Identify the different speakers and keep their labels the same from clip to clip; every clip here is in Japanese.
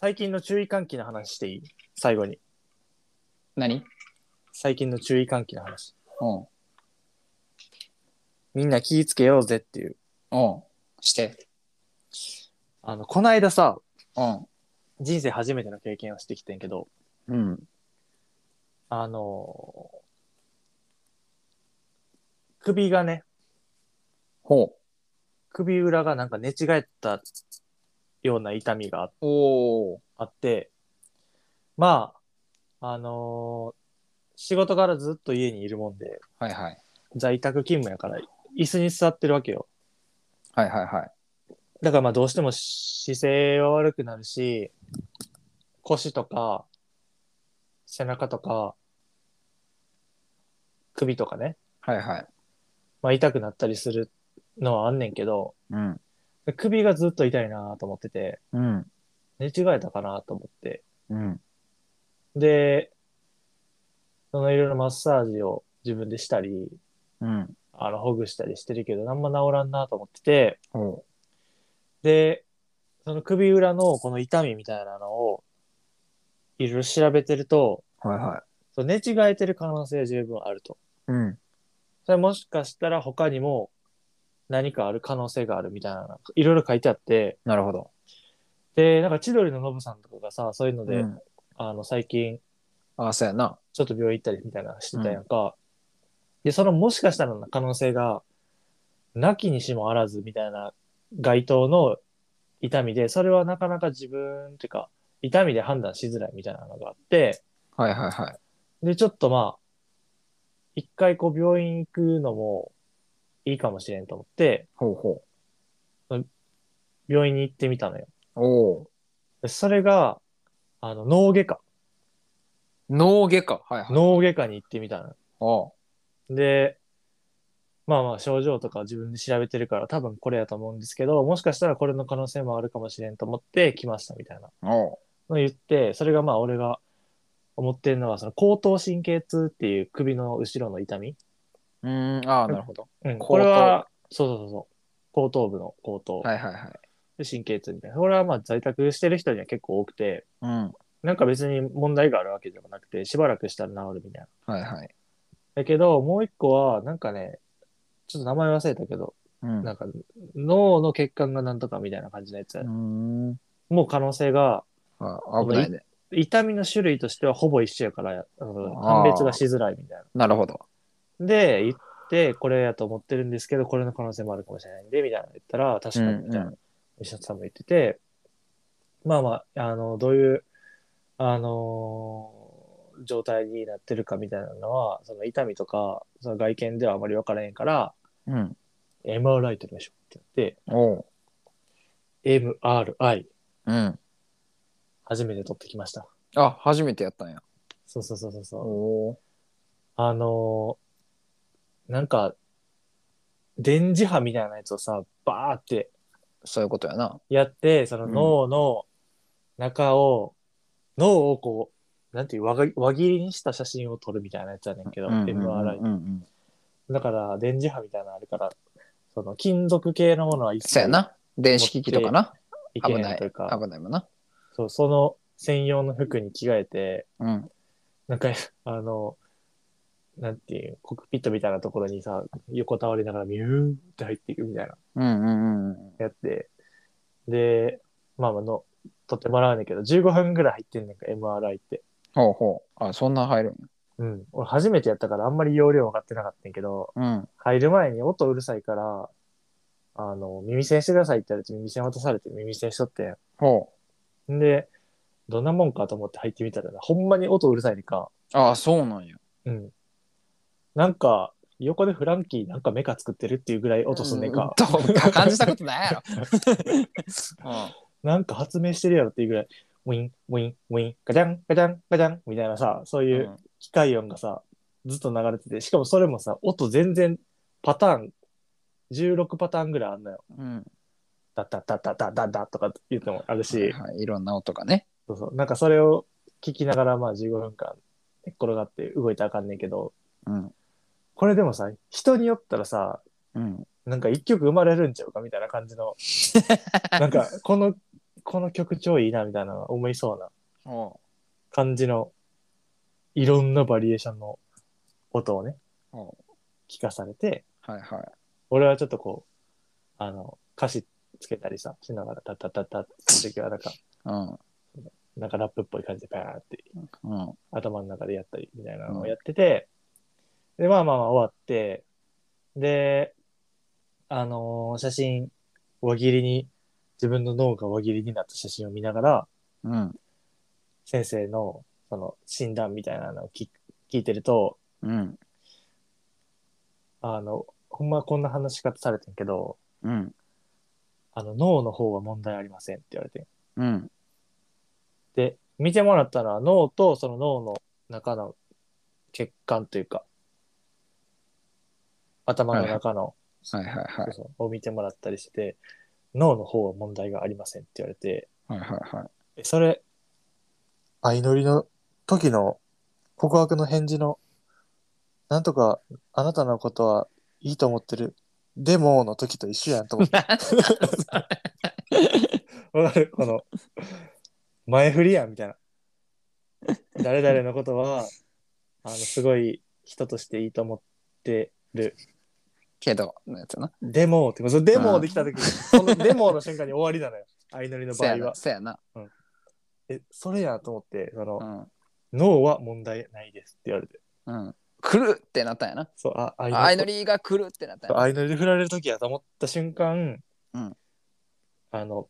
Speaker 1: 最近の注意喚起の話していい最後に。
Speaker 2: 何
Speaker 1: 最近の注意喚起の話。
Speaker 2: うん。う
Speaker 1: みんな気ぃつけようぜっていう。
Speaker 2: ん。して。
Speaker 1: あの、こないださ、
Speaker 2: うん。
Speaker 1: 人生初めての経験をしてきてんけど、
Speaker 2: うん。
Speaker 1: あのー首がね、
Speaker 2: ほ
Speaker 1: 首裏がなんか寝違えたような痛みがあ
Speaker 2: う。おー。
Speaker 1: あって、まあ、あのー仕事からずっと家にいるもんで、
Speaker 2: はいはい。
Speaker 1: 在宅勤務やから、椅子に座ってるわけよ。
Speaker 2: はいはいはい。
Speaker 1: だからまあどうしても姿勢は悪くなるし、腰とか、背中とか、首とかね、
Speaker 2: はいはい。
Speaker 1: まあ痛くなったりするのはあんねんけど、
Speaker 2: うん。
Speaker 1: 首がずっと痛いなと思ってて、
Speaker 2: うん。
Speaker 1: 寝違えたかなと思って。
Speaker 2: うん。
Speaker 1: で、そのいろいろマッサージを自分でしたり、
Speaker 2: うん。
Speaker 1: あの、ほぐしたりしてるけど、なんも治らんなと思ってて、
Speaker 2: ほ
Speaker 1: で、その首裏のこの痛みみたいなのを、いろいろ調べてると、
Speaker 2: う。はいはい。
Speaker 1: そう寝違えてる可能性十分あると。
Speaker 2: うん。
Speaker 1: それもしかしたら他にも何かある可能性があるみたいな、なんかいろいろ書いてあって、
Speaker 2: なるほど。
Speaker 1: で、なんか千鳥のノブさんとかがさ、そういうので、
Speaker 2: うん。
Speaker 1: あの、最近
Speaker 2: ああ、そうやな。
Speaker 1: ちょっと病院行ったりみたいなのしてたやんか、で、そのもしかしたらの可能性が、なきにしもあらずみたいな街頭の痛みで、それはなかなか自分っていうか、痛みで判断しづらいみたいなのがあって、
Speaker 2: はいはいはい。
Speaker 1: で、ちょっとまあ、一回こう病院行くのもいいかもしれんと思って、
Speaker 2: ほうほ
Speaker 1: 病院に行ってみたのよ。
Speaker 2: う。おー。
Speaker 1: でそれが、あの、脳外科。
Speaker 2: 脳外科。はいはい。
Speaker 1: 脳外科に行ってみたの。
Speaker 2: おー。
Speaker 1: で、まあまあ症状とか自分で調べてるから多分これやと思うんですけど、もしかしたらこれの可能性もあるかもしれんと思って来ましたみたいな
Speaker 2: お
Speaker 1: のを言って、それがまあ俺が思ってるのは、その後頭神経痛っていう首の後ろの痛み。
Speaker 2: う。うん。ああ、なるほど。
Speaker 1: うん、
Speaker 2: 後頭
Speaker 1: これは、そうそうそうそう。後頭部の後頭。
Speaker 2: はいはいはい。
Speaker 1: で神経痛みたいな。これはまあ在宅してる人には結構多くて、
Speaker 2: うん。
Speaker 1: なんか別に問題があるわけでもなくて、しばらくしたら治るみたいな。
Speaker 2: はいはい。
Speaker 1: だけど、もう一個は、なんかね、ちょっと名前忘れたけど、
Speaker 2: うん。
Speaker 1: なんか脳の血管がなんとかみたいな感じのやつ、
Speaker 2: うん。
Speaker 1: もう可能性が、
Speaker 2: あ危ないね。
Speaker 1: 痛みの種類としてはほぼ一緒やから、あの
Speaker 2: あー
Speaker 1: 判別がしづらいみたい
Speaker 2: なるほど。
Speaker 1: な。で、言って、これやと思ってるんですけど、これの可能性もあるかもしれないんで、みたいなの言ったら、確かに、みたいな。石田さんも言ってて、まあまあ、あの、どういう、あのー状態になってるかみたいなのは、その痛みとか、その外見ではあまり分からへんから、
Speaker 2: うん。うん。
Speaker 1: MRI 取りましょうって
Speaker 2: おう。
Speaker 1: 言って、MRI、
Speaker 2: うん。
Speaker 1: 初めて取ってきました。
Speaker 2: あ、初めてやったんや。
Speaker 1: そうそうそうそうそう。
Speaker 2: おお。
Speaker 1: あのーなんか、電磁波みたいなやつをさ、バーって
Speaker 2: そういうことやな。
Speaker 1: やって、その脳の中を、脳をこう、なんていう輪が、輪切りにした写真を撮るみたいなやつやねんけど、
Speaker 2: うんうんうん
Speaker 1: MRI
Speaker 2: う。んうん。
Speaker 1: だから、電磁波みたいなのあるから、その金属系のものは一
Speaker 2: そうやな。電子機器とかな。
Speaker 1: いけ
Speaker 2: 危
Speaker 1: な
Speaker 2: ないい。
Speaker 1: というか、
Speaker 2: 危ないもんな。
Speaker 1: そうその専用の服に着替えて、
Speaker 2: うん。
Speaker 1: なんか、あの、なんていう、コックピットみたいなところにさ、横たわりながらミューって入っていくみたいな、
Speaker 2: うんうんうん。
Speaker 1: やって、で、まあまあの、撮ってもらうねんだけど、15分ぐらい入ってんねんか、MRI って。
Speaker 2: ほうほう。あ、そんな入るん
Speaker 1: うん。俺初めてやったからあんまり容量分かってなかったんやけど、
Speaker 2: や。うん。
Speaker 1: 入る前に音うるさいから、あの、耳栓してくださいって言われて耳栓渡されて耳栓しとって
Speaker 2: ほ
Speaker 1: ん。んで、どんなもんかと思って入ってみたらな、ほんまに音うるさいねんか。
Speaker 2: う。あ、そうなんや。
Speaker 1: うん。なんか、横でフランキーなんかメカ作ってるっていうぐらい音すんねんか。
Speaker 2: うんどうか感じたことないやろ。
Speaker 1: なんか発明してるやろっていうぐらい、ウィン、ウィン、ウィン、ガチャン、ガチャン、ガチャン、みたいなさ、そう
Speaker 2: うん。
Speaker 1: いううん機械音がさ、ずっと流れてて、しかもそれもさ、音全然パターン、16パターンぐらいあんのよ。
Speaker 2: うん。
Speaker 1: ダッダッダッダッダッダッダッとか言うのもあるし、
Speaker 2: はい。いろんな音がね。
Speaker 1: そうそう。なんかそれを聞きながら、まあ15分間寝っ転がって動いたらあかんねんけど、
Speaker 2: うん。
Speaker 1: これでもさ、人によったらさ、
Speaker 2: うん。
Speaker 1: なんか一曲生まれるんちゃうかみたいな感じの、なんかこの、この曲超いいなみたいな思いそうな
Speaker 2: おう
Speaker 1: 感じの、いろんなバリエーションの音をね、
Speaker 2: おう
Speaker 1: 聞かされて、
Speaker 2: はいはい。
Speaker 1: 俺はちょっとこう、あの、歌詞つけたりさ、しながら、タッタッタッタッって時はなんか、なんかラップっぽい感じでバーって
Speaker 2: うん。うん。
Speaker 1: 頭の中でやったりみたいなのをやってて、で、まあまあまあ終わって、で、あのー写真、輪切りに、自分の脳が輪切りになった写真を見ながら、
Speaker 2: うん。
Speaker 1: 先生の、その、診断みたいなのを聞聞いてると、
Speaker 2: うん。
Speaker 1: あの、ほんまこんな話し方されてんけど、
Speaker 2: うん。
Speaker 1: あの、脳の方は問題ありませんって言われて。
Speaker 2: うん。
Speaker 1: で、見てもらったのは脳とその脳の中の血管というか、頭の中の
Speaker 2: はいはいは
Speaker 1: そう
Speaker 2: い。
Speaker 1: そうを見てもらったりしてて、脳の方は問題がありませんって言われて、
Speaker 2: はいはいはい。
Speaker 1: えそれ、相乗りの時の告白の返事の、なんとかあなたのことはいいと思ってる、でもの時と一緒やんと思って。 わかるこの、前振りやんみたいな。誰々のことは、あの、すごい人としていいと思ってる。
Speaker 2: けど、のやつな。
Speaker 1: デモって、そのデモできた時、そのデモの瞬間に終わりなのよ。 相乗りの
Speaker 2: そ
Speaker 1: 場
Speaker 2: や
Speaker 1: 合は
Speaker 2: な。。そやな。
Speaker 1: え、それやと思って、そうの、
Speaker 2: ん。
Speaker 1: 脳は問題ないですって言われて。
Speaker 2: うん。来るってなったんやな。
Speaker 1: そう、あ、
Speaker 2: 相乗。りが来るってなったん
Speaker 1: そう
Speaker 2: やな。
Speaker 1: 相乗りで振られる時やと思った瞬間、
Speaker 2: うん
Speaker 1: あの、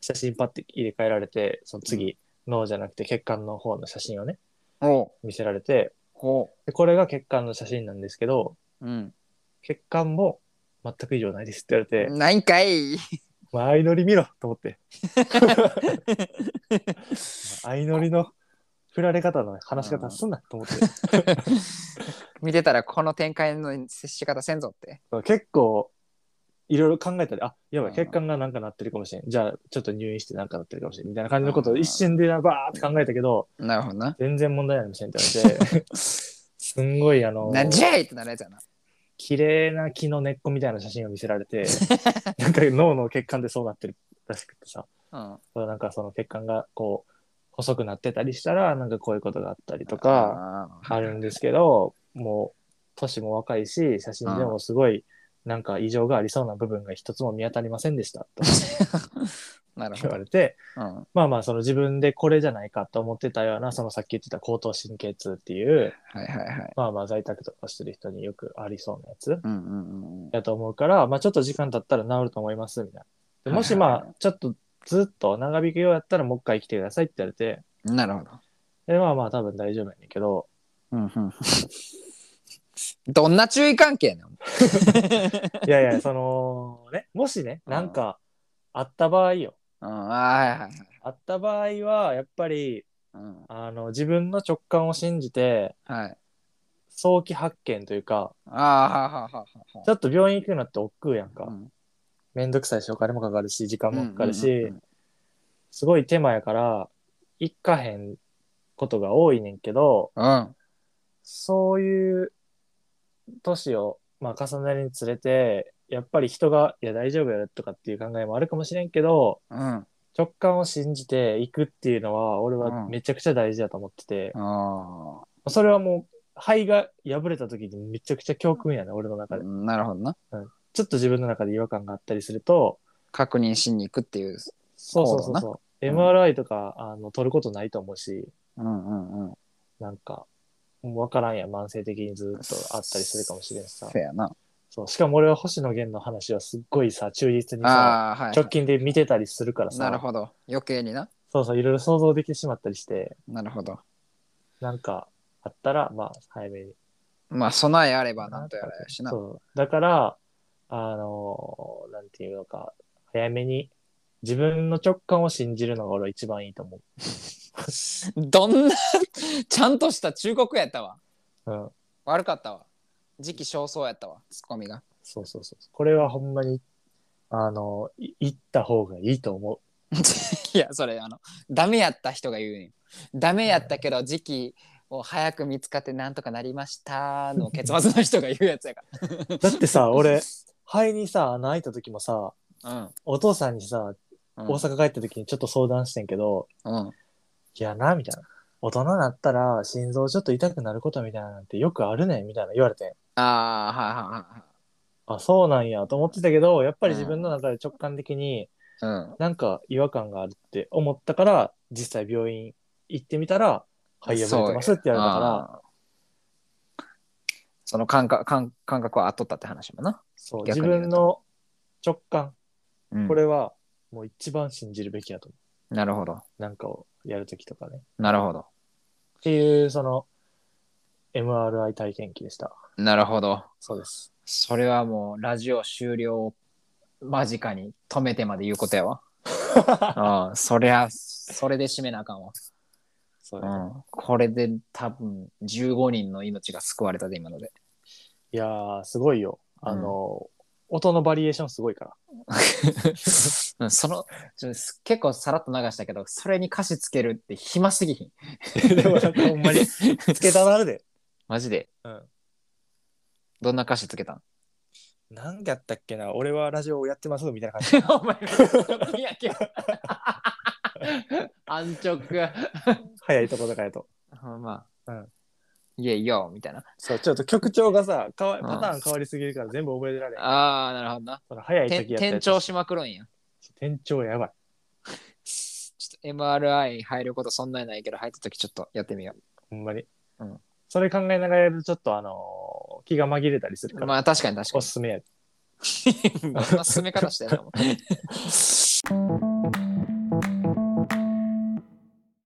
Speaker 1: 写真パッて入れ替えられて、その次、脳じゃなくて血管の方の写真をね、
Speaker 2: おう。
Speaker 1: 見せられて、
Speaker 2: ほ
Speaker 1: でこれが血管の写真なんですけど、
Speaker 2: う。うん。
Speaker 1: 血管も全く異常ないですって言われて、
Speaker 2: ないんかい。
Speaker 1: まあ、相乗り見ろと思って。相乗りの振られ方の話し方すんなと思って。
Speaker 2: 見てたらこの展開の接し方せんぞって。
Speaker 1: 結構、いろいろ考えたり、あ、やば
Speaker 2: う
Speaker 1: い、
Speaker 2: ん
Speaker 1: 血管がなんかなってるかもしれん。じゃあ、ちょっと入院してなんかなってるかもしれん。みたいな感じのことを一瞬でなバーって考えたけど、
Speaker 2: なるほどな。
Speaker 1: 全然問題ありませんって言われ て、すんごい、あの、
Speaker 2: なんじゃいってなるやつやな。
Speaker 1: 綺麗な木の根っこみたいな写真を見せられ て、なんか脳の血管でそうなってるらしくてさ。
Speaker 2: うん。
Speaker 1: そうなんかその血管がこう細くなってたりしたらなんかこういうことがあったりとか
Speaker 2: か
Speaker 1: あるんですけどもう年も若いし写真でもすごいなんか異常がありそうな部分が一つも見当たりませんでしたと
Speaker 2: なるほ
Speaker 1: 言
Speaker 2: ど
Speaker 1: わ。れて
Speaker 2: うん。
Speaker 1: まあまあその自分でこれじゃないかと思ってたようなそのさっき言ってた後頭神経痛っていう
Speaker 2: はいはいはい。
Speaker 1: まあまあ在宅とかしてる人によくありそうなやつ
Speaker 2: うんうんうんうん。
Speaker 1: やと思うからまあちょっと時間経ったら治ると思いますみたいなでもし
Speaker 2: はいはい
Speaker 1: ま
Speaker 2: は
Speaker 1: あちょっとずっと長引くようやったらもう一回来てくださいって言われて
Speaker 2: なるほど。
Speaker 1: で、まあまあ多分大丈夫やねんけど、
Speaker 2: うんうん。 どんな注意関係なの
Speaker 1: いやい や、そのね、もしね、
Speaker 2: うん
Speaker 1: なんかあった場合よ。
Speaker 2: うん、はいはいはい。
Speaker 1: あった場合は、やっぱり、
Speaker 2: うん、
Speaker 1: あの、自分の直感を信じて、
Speaker 2: はい。
Speaker 1: 早期発見というか、
Speaker 2: ああ、ははははは
Speaker 1: ちょっと病院行くのって億劫やんか。
Speaker 2: うん
Speaker 1: めんどくさいし、お金もかかるし、時間もかかるし、
Speaker 2: うんうんうん
Speaker 1: すごい手間やから、行かへんことが多いねんけど、
Speaker 2: うん。
Speaker 1: そういう年を、まあ、重ねるにつれて、やっぱり人が、いや、大丈夫やろとかっていう考えもあるかもしれんけど、
Speaker 2: うん。
Speaker 1: 直感を信じていくっていうのは、俺は
Speaker 2: うん
Speaker 1: めちゃくちゃ大事だと思ってて、
Speaker 2: あ
Speaker 1: それはもう、肺が破れた時にめちゃくちゃ教訓やね、俺の
Speaker 2: あ
Speaker 1: 中で。。
Speaker 2: なるほどな。
Speaker 1: ちょっと自分の中で違和感があったりすると、
Speaker 2: 確認しに行くっていう。
Speaker 1: そうそうそうそう。
Speaker 2: うだな
Speaker 1: MRI とか、あの、取ることないと思うし、
Speaker 2: うんうんうん。
Speaker 1: なんか、もう分からんやん、慢性的にずっとあったりするかもしれんしさ
Speaker 2: せ。やな。
Speaker 1: そう。しかも俺は星野源の話はすっごいさ、忠実にさ、
Speaker 2: ああ、はい
Speaker 1: 直。近で見てたりするから
Speaker 2: なる
Speaker 1: さ、
Speaker 2: ほど。余計にな。
Speaker 1: そうそう、いろいろ想像できてしまったりして、
Speaker 2: なるほど。
Speaker 1: なんかあったら、まあ、早めに。
Speaker 2: まあ、備えあればなんとやらやしな。
Speaker 1: そう。だから、あのーなんていうのか、早めに自分の直感を信じるのが俺は一番いいと思
Speaker 2: どんな、ちゃんとした忠告やったわ。
Speaker 1: う。うん。
Speaker 2: 悪かったわ。時期尚早やったわ。ツッコミが。
Speaker 1: そうそうそう。これはほんまに、あのーい行った方がいいと思
Speaker 2: いやそれあのダメやった人が言うねんダメやったけど時期もう早く見つかってなんとかなりましたの結末の人が言うやつやか
Speaker 1: だって さ、俺、肺にさ、穴開いた時もさ、
Speaker 2: ら。
Speaker 1: お父さんにさ、
Speaker 2: うん。
Speaker 1: 大阪帰った時にちょっと相談してんけど、
Speaker 2: うん。
Speaker 1: いやな、みたいな。大人になったら心臓ちょっと痛くなることみたいななんてよくあるねんみたいな言われてん
Speaker 2: ああ、はいは
Speaker 1: あ、そうなんやと思ってたけど、やっぱり自分の中で直感的に
Speaker 2: いはいはい。
Speaker 1: なんか違和感があるって思ったから、実際病院行ってみたら、肺破れてますって
Speaker 2: う
Speaker 1: 言
Speaker 2: ん。
Speaker 1: われたから、
Speaker 2: あーその感覚感感覚はあっとったって話もな。
Speaker 1: そう、
Speaker 2: 逆
Speaker 1: 自
Speaker 2: に言うと
Speaker 1: 分の直感、
Speaker 2: うん
Speaker 1: これはもう一番信じるべきやと思
Speaker 2: なるほど。
Speaker 1: う。なんかをやるときとかね。
Speaker 2: なるほど。
Speaker 1: っていう、その、MRI 体験記でした。
Speaker 2: なるほど。
Speaker 1: そうです。
Speaker 2: それはもうラジオ終了間近に止めてまで言うこと やわ。ああ、そりゃ、それで締めなあかんわ。
Speaker 1: そう
Speaker 2: う
Speaker 1: です
Speaker 2: ん、これで多分15人の命が救われたで、今 ので。
Speaker 1: いやー、すごいよ。あの、音のバリエーションすごいから。
Speaker 2: うんそのちょ結構さらっと流したけど、それに歌詞つけるって暇すぎひん。
Speaker 1: でもなんかほんまに、つけたなるで。
Speaker 2: マジで。
Speaker 1: うん。
Speaker 2: どんな歌詞つけた ん
Speaker 1: なんやったっけな俺はラジオをやってますみたいな感じ。
Speaker 2: お前がいやけど 安直。
Speaker 1: 早いとことかやと。
Speaker 2: まあ、
Speaker 1: うん
Speaker 2: いやいや、みたいな。
Speaker 1: そう、ちょっと曲調がさ、かわ
Speaker 2: うん
Speaker 1: パターン変わりすぎるから全部覚えてられん。
Speaker 2: ああ、なるほどな。
Speaker 1: その早い
Speaker 2: てん
Speaker 1: 時やったや
Speaker 2: 転
Speaker 1: つ
Speaker 2: 調しまくるんや。
Speaker 1: 転調やばい。
Speaker 2: ちょっと MRI 入ることそんなにないけど、入った時ちょっとやってみよ
Speaker 1: ほんまに。
Speaker 2: うん
Speaker 1: それ考えながらやるとちょっとあのー気が紛れたりする
Speaker 2: う。
Speaker 1: から、
Speaker 2: まあ確かに確
Speaker 1: お
Speaker 2: かに。
Speaker 1: すすめや。
Speaker 2: そんな進め方してるの